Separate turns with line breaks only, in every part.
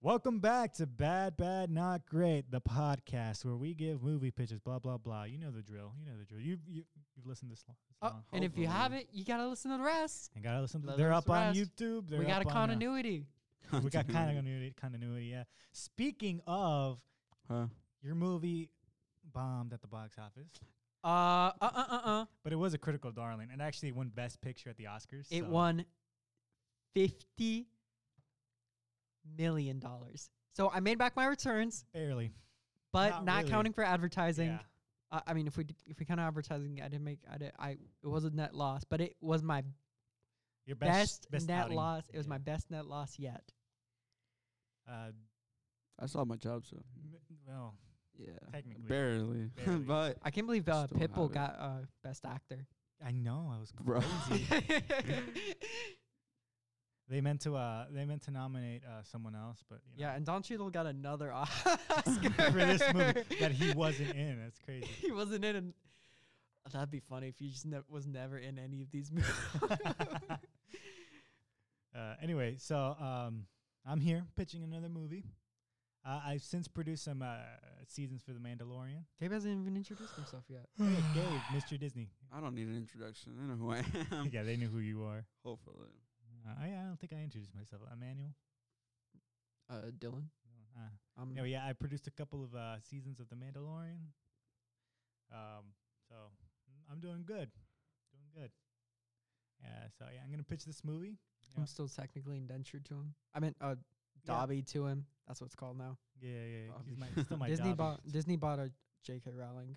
Welcome back to Bad, Bad, Not Great, the podcast where we give movie pitches, blah, blah, blah. You know the drill. You know the drill. You, you, you've listened this long. This
Oh,
long.
and if
Hopefully.
you haven't, you gotta listen to the rest.
And gotta listen to
let
They're
us
up on
rest.
YouTube. They're
we got a
up on, uh,
continuity.
we got kind of continuity, continuity, yeah. Speaking of
Huh?
your movie bombed at the box office,
Uh, uh, uh, uh, uh.
but it was a critical darling and actually won Best Picture at the Oscars.
It
so-
won fifty million dollars. So I made back my returns,
barely.
but
Not
not,
really.
counting for advertising.
Yeah.
Uh, I mean, if we d- if we count advertising, I didn't make. I did. I it was a net loss, but it was my
Your
best, net
outing.
loss. It was
Yeah.
my best net loss yet.
Uh,
I saw my job, so
m- well,
yeah,
Technically.
barely,
Barely.
but
I can't believe uh,
Still have
Pitbull
it.
got uh, best actor.
I know I was.
bro,
They meant to. Uh, they meant to nominate uh, someone else, but you know,
yeah, and Don Cheadle got another Oscar
for this movie that he wasn't in. That's crazy.
he wasn't in. An, that'd be funny if he just ne- was never in any of these movies.
Uh, anyway, so um, I'm here pitching another movie. Uh, I've since produced some uh, seasons for The Mandalorian.
Gabe hasn't even introduced himself yet.
Hey, Gabe, Mr. Disney.
I don't need an introduction. I know who I am.
Yeah, they knew who you are.
Hopefully,
Uh, I, I don't think I introduced myself. Emmanuel.
Uh, Dylan,
No, Uh,
um,
anyway, yeah, I produced a couple of uh, seasons of The Mandalorian. Um, so I'm doing good, doing good. Uh, so yeah, I'm gonna pitch this movie. yeah.
I'm still technically indentured to him. I meant uh, Dobby to him. That's what it's called now.
Yeah, yeah, yeah. He's
Dobby.
my, he's still my
Disney
Dobby.
bought Disney bought a J.K. Rowling.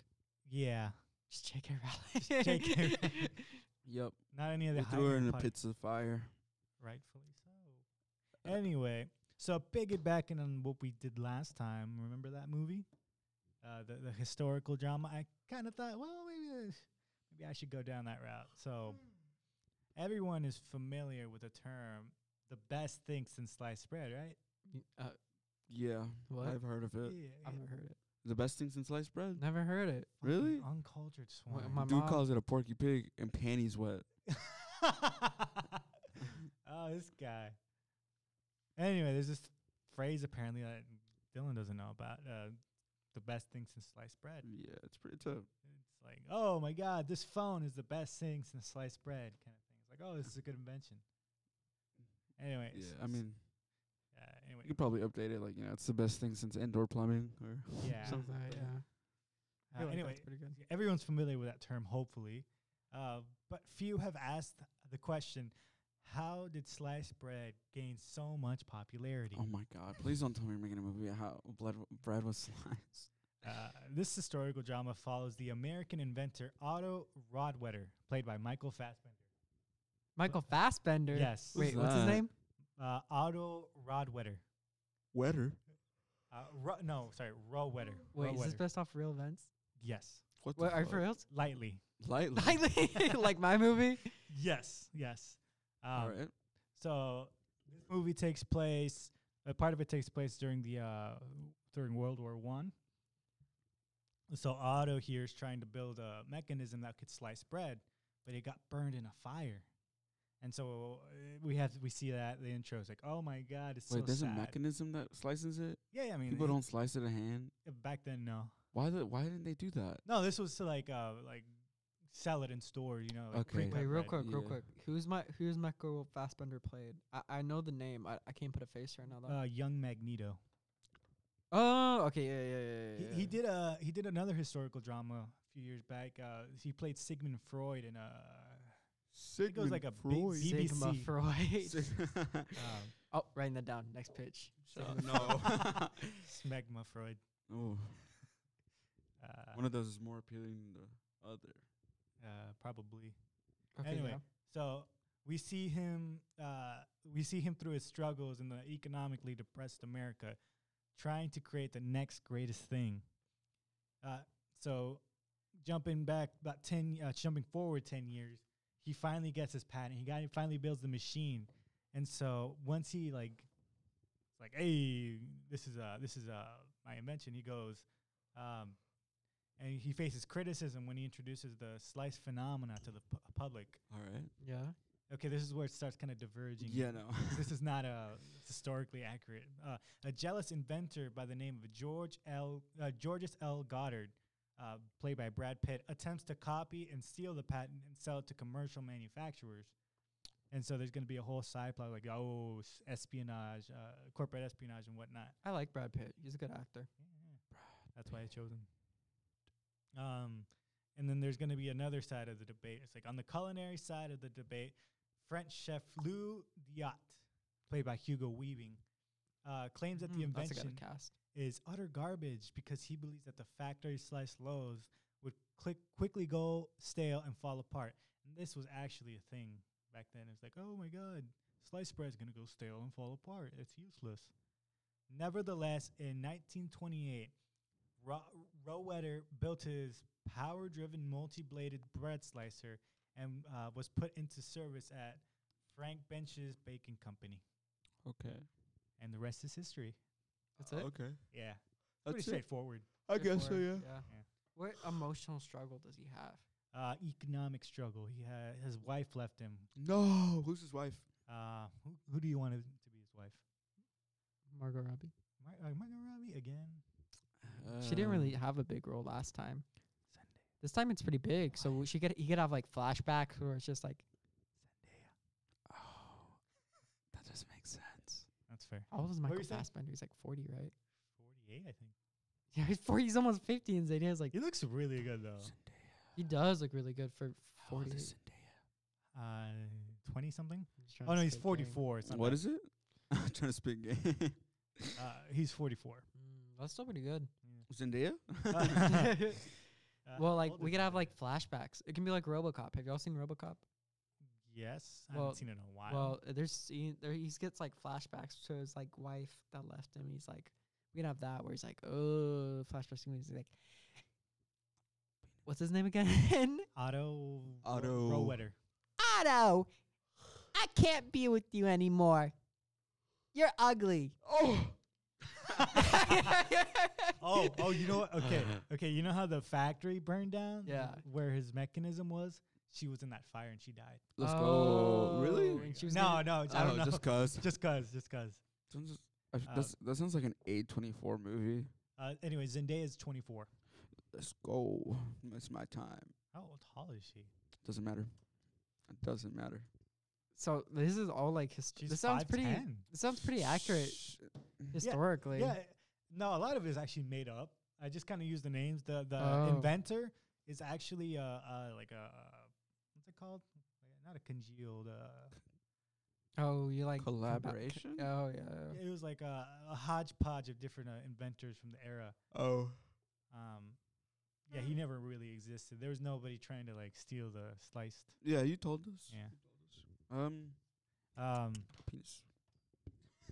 Yeah,
Just J.K. Rowling.
J.K.
yep.
not any of the
We threw her in
Heinlein
the
pod-
pits of fire.
Rightfully so. Uh, Anyway, so piggybacking on what we did last time, remember that movie, uh, the the historical drama? I kind of thought, well, maybe this, maybe I should go down that route. So everyone is familiar with the term "the best thing since sliced bread," right?
uh,
Yeah,
What?
I've heard of it.
yeah,
Uh, I've never heard it.
The best thing since sliced bread.
Never heard it.
Really?
Uncultured swine.
my
Dude
mom-
calls it a porky pig and panties wet.
oh, this guy. Anyway, there's this phrase apparently that Dylan doesn't know about. Uh, the best thing since sliced bread.
Yeah, it's pretty tough.
Hmm.
It's like, oh my God, this phone is the best thing since sliced bread, kind of thing. It's like, oh, this is a good invention. Anyway,
Yeah,
s-
I mean,
uh, anyway,
you could probably update it like you know, it's the best thing since indoor plumbing or
yeah.
Something. like- Yeah. I
Uh,
feel like
anyway,
that's pretty good.
everyone's familiar with that term, hopefully, uh, but few have asked the question: How did sliced bread gain so much popularity?
Oh my god! Please don't tell me you're making a movie about how blood bread was sliced.
Uh, this historical drama follows the American inventor Otto Rodwetter, played by Michael Fassbender.
Michael Fassbender.
Yes.
Wait,
Who's
what's his
that?
name?
Uh, Otto Rodwetter.
Wetter.
Uh, Ro- no, sorry, Rowetter.
Oh, Wait, is this
Rowetter.
based off real events?
Yes.
What?
Wait,
the
are you
fuck?
for reals?
Lightly.
Lightly.
Lightly, like my movie.
Yes. Yes. Um,
All right.
So this movie takes place. A part of it takes place during the uh, during World War One. So Otto here is trying to build a mechanism that could slice bread, but it got burned in a fire. And so uh, we have we see that the intro is like, oh my god, it's
Wait,
so
there's
sad.
a mechanism that slices it.
yeah, yeah, I mean,
People don't slice it a hand.
it- back then, no,
Why the? Why didn't they do that?
no. This was to like uh like sell it in store, you know. Like
Okay.
pre-cut
Wait, real
bread.
quick, real
Yeah.
quick. Who's my Who's Michael Fassbender played? I, I know the name. I, I can't put a face right now though.
Uh, young Magneto.
oh, okay, yeah, yeah, yeah.
He,
yeah,
he
yeah.
did a he did another historical drama a few years back. Uh, he played Sigmund Freud in uh, a
Sigmund
it was like a
Freud.
big
E Sigma
BBC.
Freud.
Sig-
Um,
oh, writing that down. Next pitch.
Shut up.
Smegma Freud.
no.
Uh,
Oh, one of those is more appealing than the other.
uh, probably.
Okay,
anyway,
yeah.
so we see him uh, we see him through his struggles in the economically depressed America, trying to create the next greatest thing. Uh, so, jumping back about ten, uh, jumping forward ten years, he finally gets his patent. He got, finally builds the machine, and so once he like, it's like, hey, this is uh this is uh my invention. He goes. Um, and he faces criticism when he introduces the slice phenomena to the pu- public
All right.
yeah.
Okay, this is where it starts kind of diverging.
Yeah, no.
This is not uh, historically accurate. Uh, a jealous inventor by the name of George L. Uh, Georges L. Goddard, uh, played by Brad Pitt, attempts to copy and steal the patent and sell it to commercial manufacturers. And so there's going to be a whole side plot like oh s- espionage, uh, corporate espionage and whatnot.
I like Brad Pitt. He's a good actor.
Yeah. That's why I chose him. Um, and then there's going to be another side of the debate. It's like on the culinary side of the debate, French chef Lou Diot, played by Hugo Weaving, uh, claims that the
Mm, That's a
invention
good cast.
is utter garbage because he believes that the factory sliced loaves would click quickly go stale and fall apart. And this was actually a thing back then. It's like, oh my god, sliced bread's gonna go stale and fall apart. It's useless. Nevertheless, in 1928, Ro- Rowetter built his power-driven multi-bladed bread slicer and uh, was put into service at Frank Bench's Baking Company.
Okay.
And the rest is history.
That's it.
Okay.
Yeah, pretty straightforward.
I
Good
guess so.
for
Yeah.
him. yeah.
Yeah.
What emotional struggle does he have?
uh, economic struggle. He ha- his wife left him.
No, who's his wife?
Uh, who, who do you want him to be his wife?
Margot Robbie.
Mar- uh, Margot Robbie again?
she didn't really
Um,
have a big role last time.
Sunday.
This time it's pretty big, so she could he could have like flashbacks where it's just like
Oh, that doesn't make sense.
That's fair.
how old is
What were
Michael
you saying?
Fassbender? He's like forty, right?
Forty-eight, I think.
Yeah, he's forty. He's almost fifty, and Zayda's like
He looks really good though.
he does look really good for
How old
forty.
is Zendaya?
Uh, twenty something. Oh no, he's forty-four. It's not
What
bad.
is it? I'm trying to speak gay.
Uh, he's forty-four.
Mm, that's still pretty good.
Zendaya?
Uh,
well, like
old
we
is
could have
Zendaya?
like flashbacks. It can be like RoboCop. Have y'all seen RoboCop?
Yes, I
Well,
haven't seen it in a while.
Well, uh, there's scene there he gets like flashbacks to his like wife that left him. He's like, we can have that where he's like, oh, flashbacks. and He's like, what's his name again?
Otto.
Otto.
Ro- Rowetter.
Otto, I can't be with you anymore. You're ugly.
oh.
Oh, oh, you know what? Okay, okay. You know how the factory burned down?
Yeah.
Where his mechanism was, she was in that fire and she died.
Let's go. Really?
and she was
no,
gonna-
no, I Oh. don't
Oh,
know.
just cause.
just cause, just cause.
Sounds- I-
Uh,
that's- that sounds like an A24 movie.
Uh, anyway, Zendaya is 24.
Let's go. It's my time.
How tall is she?
Doesn't matter. It doesn't matter.
So this is all like his.
She's
This sounds pretty.
5'10".
This sounds pretty accurate
Shit.
historically.
Yeah, no, a lot of it is actually made up. I just kind of use the names. The the
Oh.
inventor is actually uh, uh like a what's it called? Like, Not a congealed. Uh,
Oh, you like combi-
Collaboration?
Oh yeah.
it was like a, a hodgepodge of different uh, inventors from the era.
Oh.
Um, yeah, he never really existed. There was nobody trying to like steal the sliced.
Yeah, you told us.
Yeah.
Um,
Um,
penis.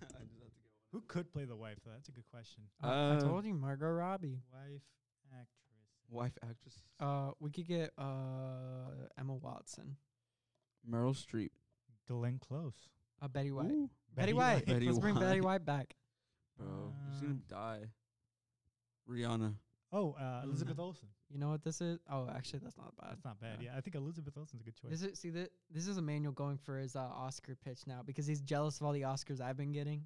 I just have to go.
who could play the wife? though? That's a good question.
Uh, I
Uh,
told you, Margot Robbie.
Wife actress.
Wife actress.
Uh, we could get uh Emma Watson,
Meryl Streep.
Glenn Close.
uh, Betty White.
Ooh,
Betty, White.
Betty
Let's bring Betty
White.
White back.
Bro,
Um,
she's
Ah.
gonna die. Rihanna.
Oh, uh, Elizabeth
Mm.
Olsen.
You know what this is? Oh, actually, that's not bad.
That's not bad.
Yeah.
Yeah, I think Elizabeth Olsen's a good choice.
This is see that this is Emmanuel going for his uh, Oscar pitch now because he's jealous of all the Oscars I've been getting.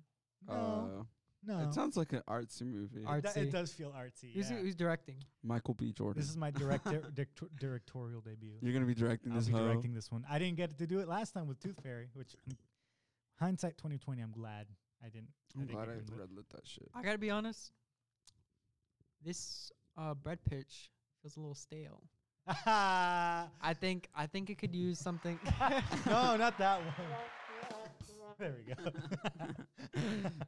uh,
no.
It sounds like an artsy movie.
Oh. Art-
It do-
artsy.
It does feel artsy.
Who's,
yeah.
who's directing?
Michael B. Jordan.
This is my director, dictor- directorial debut.
You're gonna be directing
I'll
this.
be
hoe.
directing this one. I didn't get to do it last time with Tooth Fairy, which I'm- hindsight 2020, I'm glad I didn't.
I'm
didn't
glad
get
I
greenlit.
greenlit that shit.
I gotta be honest. This uh, bread pitch feels a little stale. I think I think it could use something.
no, not that one. There we go.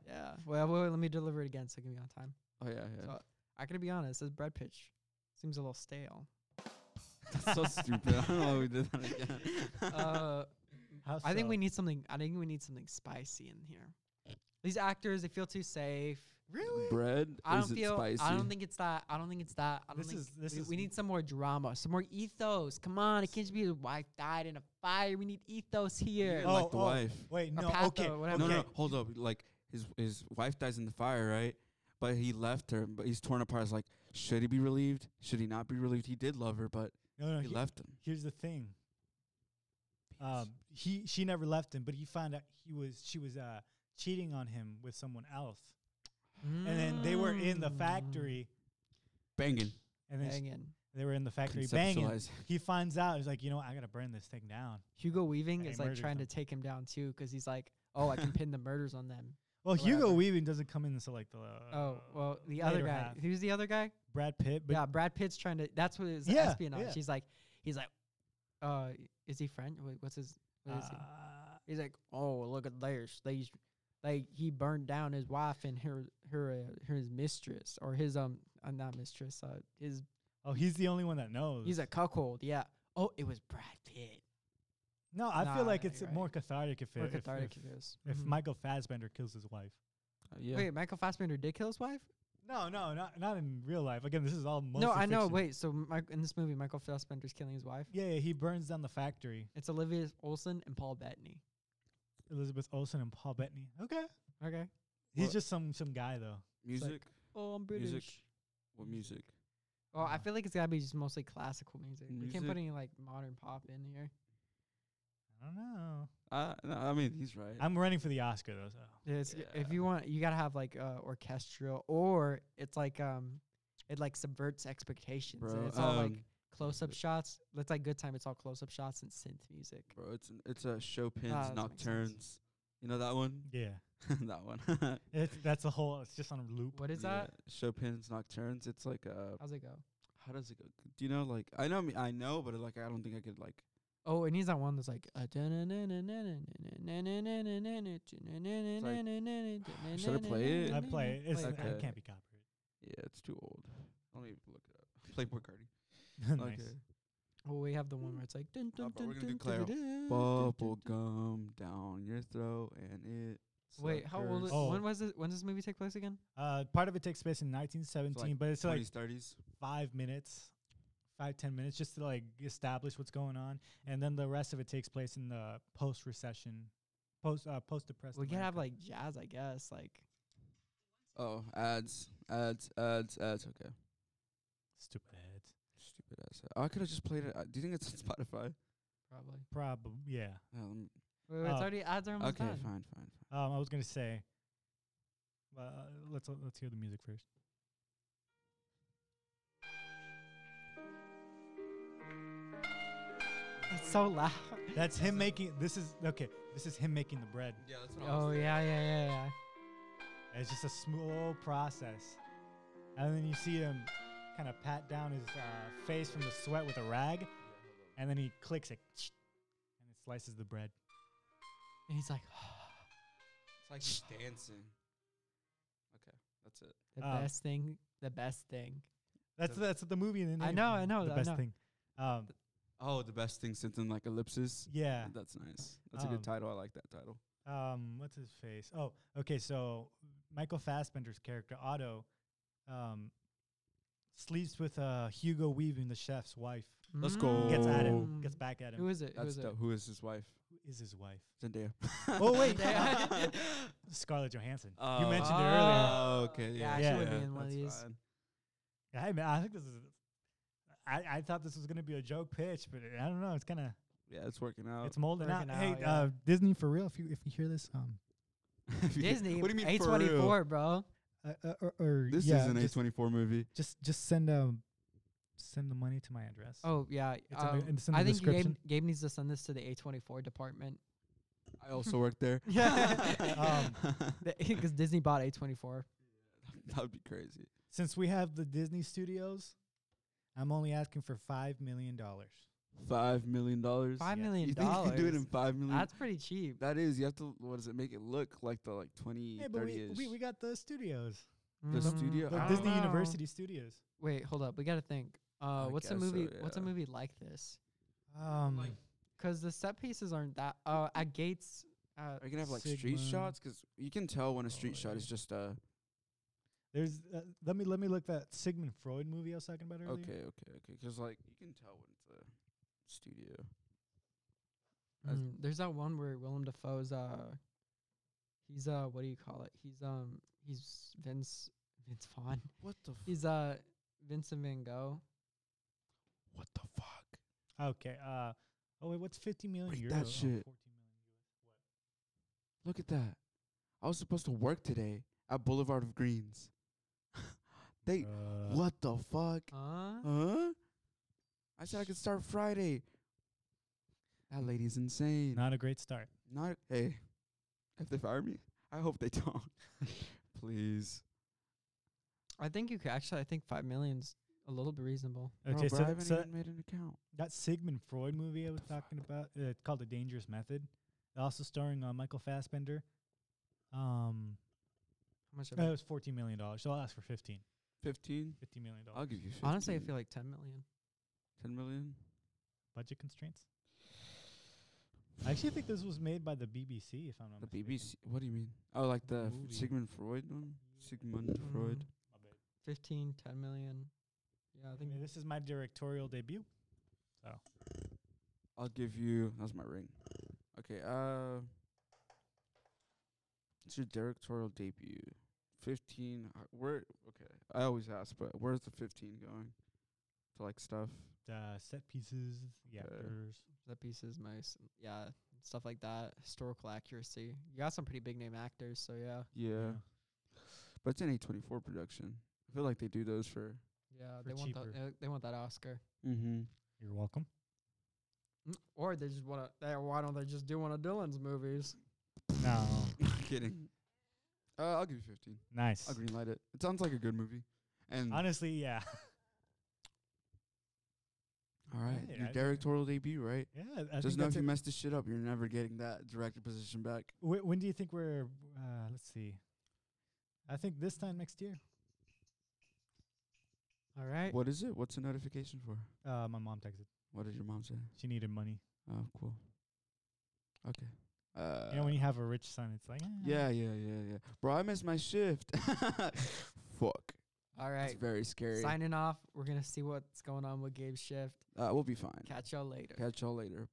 yeah. Well, wait, let me deliver it again so it can be on time.
Oh yeah, yeah.
So I gotta be honest. This bread pitch seems a little stale.
That's so stupid. I don't know why we did that again.
Uh,
How
I think
so?
we need something. I think we need something spicy in here. These actors, they feel too safe.
really.
Bread
I
is
don't
it
feel.
spicy?
I don't think it's that. I don't think it's that. I don't
This
think
is- this
we,
is-
we need some more drama, some more ethos. Come on, it can't just be his wife died in a fire. We need ethos here.
Oh,
like the
oh.
wife.
Wait, no.
patho,
okay.
whatever.
No,
okay.
no, no, hold up. Like his his wife dies in the fire, right? But he left her, but he's torn apart. It's like, should he be relieved? Should he not be relieved? He did love her, but
no, no.
he
he-
left him.
Here's the thing. Um, he she never left him, but he found out he was she was uh, cheating on him with someone else, and then they were in the
Mm.
factory,
Banging.
and then sh-
Bangin'.
they were in the factory banging.
Conceptualize. Uh,
He finds out he's like, you know, what, I gotta burn this thing down.
Hugo Weaving
They
is like
murdered
trying
him.
to take him down too, 'cause he's like, oh, I can pin the murders on them.
Well, Hugo
Whatever.
Weaving doesn't come in until like the uh,
oh, well, the other
later
guy.
half.
Who's the other guy?
Brad Pitt, but
yeah, Brad Pitt's trying to. That's what it is.
Yeah,
espionage.
yeah.
He's like, he's like, uh, is he French? Wait, what's his? What is he?
uh,
He's like, oh, look at theirs. They, s- they, he burned down his wife and her, her, uh, his mistress or his um, uh, not mistress. Uh, his
oh, he's the only one that knows.
he's a cuckold. Yeah. Oh, it was Brad Pitt.
no. I
Nah,
feel like
you're
it's
right.
more cathartic if it,
Or
if-
cathartic
if,
it is.
if
Mhm.
Mm-hmm.
Michael Fassbender kills his wife.
Uh, yeah.
Wait, Michael Fassbender did kill his wife?
No, no, not not in real life. Again, this is all mostly
no, I know.
fiction.
Wait, so Mi- in this movie, Michael Fassbender's killing his wife.
Yeah, yeah, he burns down the factory.
It's Olivia Olson and Paul Bettany.
Elizabeth Olsen and Paul Bettany. Okay,
Okay.
he's
Well-
just some some guy though.
Music.
Oh, I'm British.
Music. what music?
Oh, I
Uh,
feel like it's gotta be just mostly classical music. We can't put
Music.
any like modern pop in here.
I don't know.
Uh, no, I mean, he's right.
I'm running for the Oscar though. So
Yeah, it's, If
Yeah.
you want, you gotta have like uh, orchestral, or it's like um, it like subverts expectations.
bro.
and it's all like
um,
close up shots. It's like good time. It's all close up shots and synth music.
bro, it's an, it's a Chopin's
Ah, that makes sense.
Nocturnes. You know that one?
yeah,
that one.
it's that's a whole. It's just on a loop.
What is
Yeah,
that?
Chopin's Nocturnes. It's like uh
How's it go?
how does it go? Do you know like I know I, mean, I know, but like I don't think I could like
Oh, and he's that one that's like. Should
I play it?
I play. It's
Like,
it
uh,
can't be copyrighted.
yeah, it's too old. I don't even look it up. Playboy Cardi.
nice.
Okay.
Well, we have the one where it's like. dun,
Nah,
dun,
bro, we're
dun,
gonna do
dun,
Claro.
dun, dun, dun, dun,
Bubble
dun.
gum down your throat and it
Wait, how old? Is,
Oh.
When was it? When does this movie take place again?
Uh, part of it takes place in 1917, but it's like
Twenties, thirties.
five minutes, five ten minutes, just to like establish what's going on, and then the rest of it takes place in the post-recession, post uh, post-depressed.
we could have
America.
like jazz, I guess. Like
Oh, ads, ads, ads, ads. Okay.
stupid ads.
Stupid ass. Oh, I could have just played it. Uh, Do you think it's on Spotify?
probably.
Probably yeah.
Yeah, let me-
Wait, wait,
Oh.
it's already ads are almost
okay,
done.
fine, fine, fine.
Um, I was gonna say. Uh, let's let's hear the music first.
It's so loud.
That's him making. This is okay. This is him making the bread.
Yeah, that's
oh yeah, yeah, yeah, yeah.
It's just a slow process, and then you see him kind of pat down his uh, face from the sweat with a rag, and then he clicks it, and it slices the bread.
And he's like,
It's like he's dancing. Okay, that's it.
the
Um,
best thing, the best thing.
That's
The-
that's the movie. In the
I
name,
know, I know,
The
I
best
know.
thing. Um,
Oh, the best thing since then, like ellipsis.
yeah.
That's nice. That's a good
Um,
title. I like that title.
Um, what's his face? Oh, okay. So Michael Fassbender's character Otto, um, sleeps with uh Hugo Weaving, the chef's wife.
let's go.
Gets at
Mm.
him. Gets back at him.
Who is it? Who
That's
is it?
dope. Who is his wife?
Who is his wife?
Zendaya.
Oh wait,
Zendaya.
Scarlett Johansson. you
Oh.
mentioned it earlier.
Oh, okay. Yeah,
Yeah,
she would
be in one of
that's
these.
fine.
Oh.
Hey man, I think this is. I, I thought this was gonna be a joke pitch, but I don't know. It's kind of
Yeah, it's working out.
it's molding out.
Working
Hey,
out, yeah.
uh, Disney for real. If you if you hear this, um,
If you-
Disney.
What do you mean?
A
for
twenty
real?
four, bro.
uh, uh, or, or
This
yeah,
is an A
just,
twenty four movie.
just just send um, send the money to my address.
Oh yeah.
It's in the-
um,
it's in
I
the
think Gabe,
description.
Gabe needs to send this to the A twenty four department.
I also work there.
Yeah.
um,
Because Disney bought A twenty four.
that would be crazy.
Since we have the Disney studios, I'm only asking for five million dollars.
Five million dollars.
Five
Yeah.
million
You think you
dollars.
can do it in five million?
That's pretty cheap.
that is. You have to. What does it make it look like? The like twenty,
Yeah, but
thirty
we,
ish.
we we got the studios,
The studio-
the
I don't
Disney
know.
University studios.
Mm-hmm. Wait, hold up. We gotta think. Uh,
I
what's a
guess so,
movie? What's a
yeah.
movie like this?
Um,
Like-
'Cause the set pieces aren't that. Uh, at Gates. Uh,
Are you gonna have like
Sigma.
street shots? 'Cause you can tell when a street
Oh,
shot is
yeah.
just uh
there's uh, let me let me look that Sigmund Freud movie I was talking about earlier.
okay, okay, okay. 'Cause like you can tell when it's a studio. As-
mm, there's that one where Willem Dafoe's. Uh, he's uh, what do you call it? He's um, he's Vince Vince Vaughn.
What the? F-
He's uh, Vincent Van Gogh.
what the fuck?
Okay. Uh, Oh wait, what's 50 million
Break
euros?
that
Oh,
shit.
14 million US. What?
Look at that. I was supposed to work today at Boulevard of Greens. they
Uh.
what the fuck?
Huh?
Uh-huh.
Huh? I said I could start Friday. That lady's insane.
Not a great start.
Not hey, if they fire me, I hope they don't. Please.
I think you could actually. I think five million's a little bit reasonable.
Okay,
Bro, but I
so,
haven't
so
even made an account.
that Sigmund Freud movie I was
the fuck?
talking about, uh, it's called The Dangerous Method, also starring uh, Michael Fassbender. Um,
How much?
uh,
Of
it was 14 million dollars, so I'll ask for 15.
Fifteen.
50 million dollars.
I'll give you. 15.
honestly, I feel like ten million.
ten million.
Budget constraints. I actually think this was made by the BBC, if I'm not
The
mistaken.
BBC. What do you mean? Oh, like the
The
F-
movie. Mm-hmm.
Sigmund Freud one. Sigmund Freud.
Mm,
My bad.
Fifteen, ten million. Yeah, I
I
think.
mean, this is my directorial debut.
I'll give you. That's my ring. Okay. Uh, it's your directorial debut. Fifteen. uh, Where? Okay. I always ask, but where's the fifteen going? To like stuff.
Uh, set pieces, the
Okay.
actors.
the pieces most yeah stuff like that historical accuracy you got some pretty big name actors so yeah
Yeah. But it's an A twenty four production. I feel like they do those for.
yeah
For
they want that
cheaper.
uh, they want that oscar
Mm-hmm.
You're welcome.
Mm, or they just want to they why don't they just do one of dylan's movies
No.
Kidding. Uh, I'll give you fifteen.
Nice.
I'll greenlight it. It sounds like a good movie. And
Honestly, yeah.
all right,
Right,
your
I-
directorial debut, right?
Yeah. I
Just
think
know
that's
if you
it.
mess this shit up, you're never getting that director position back.
Wh- when do you think we're? Uh, let's see. I think this time next year.
all right
What is it? What's the notification for?
Uh, my mom texted.
What did your mom say?
She needed money.
Oh, cool. Okay. Uh,
you know, when you have a rich son, it's like. eh.
yeah, yeah, yeah, yeah. Bro, I missed my shift. Fuck.
all
That's
right
very scary. Uh,
signing off we're gonna see what's going on with gabe's shift
we'll be fine.
catch y'all later
Catch y'all later.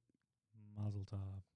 Mazel tov.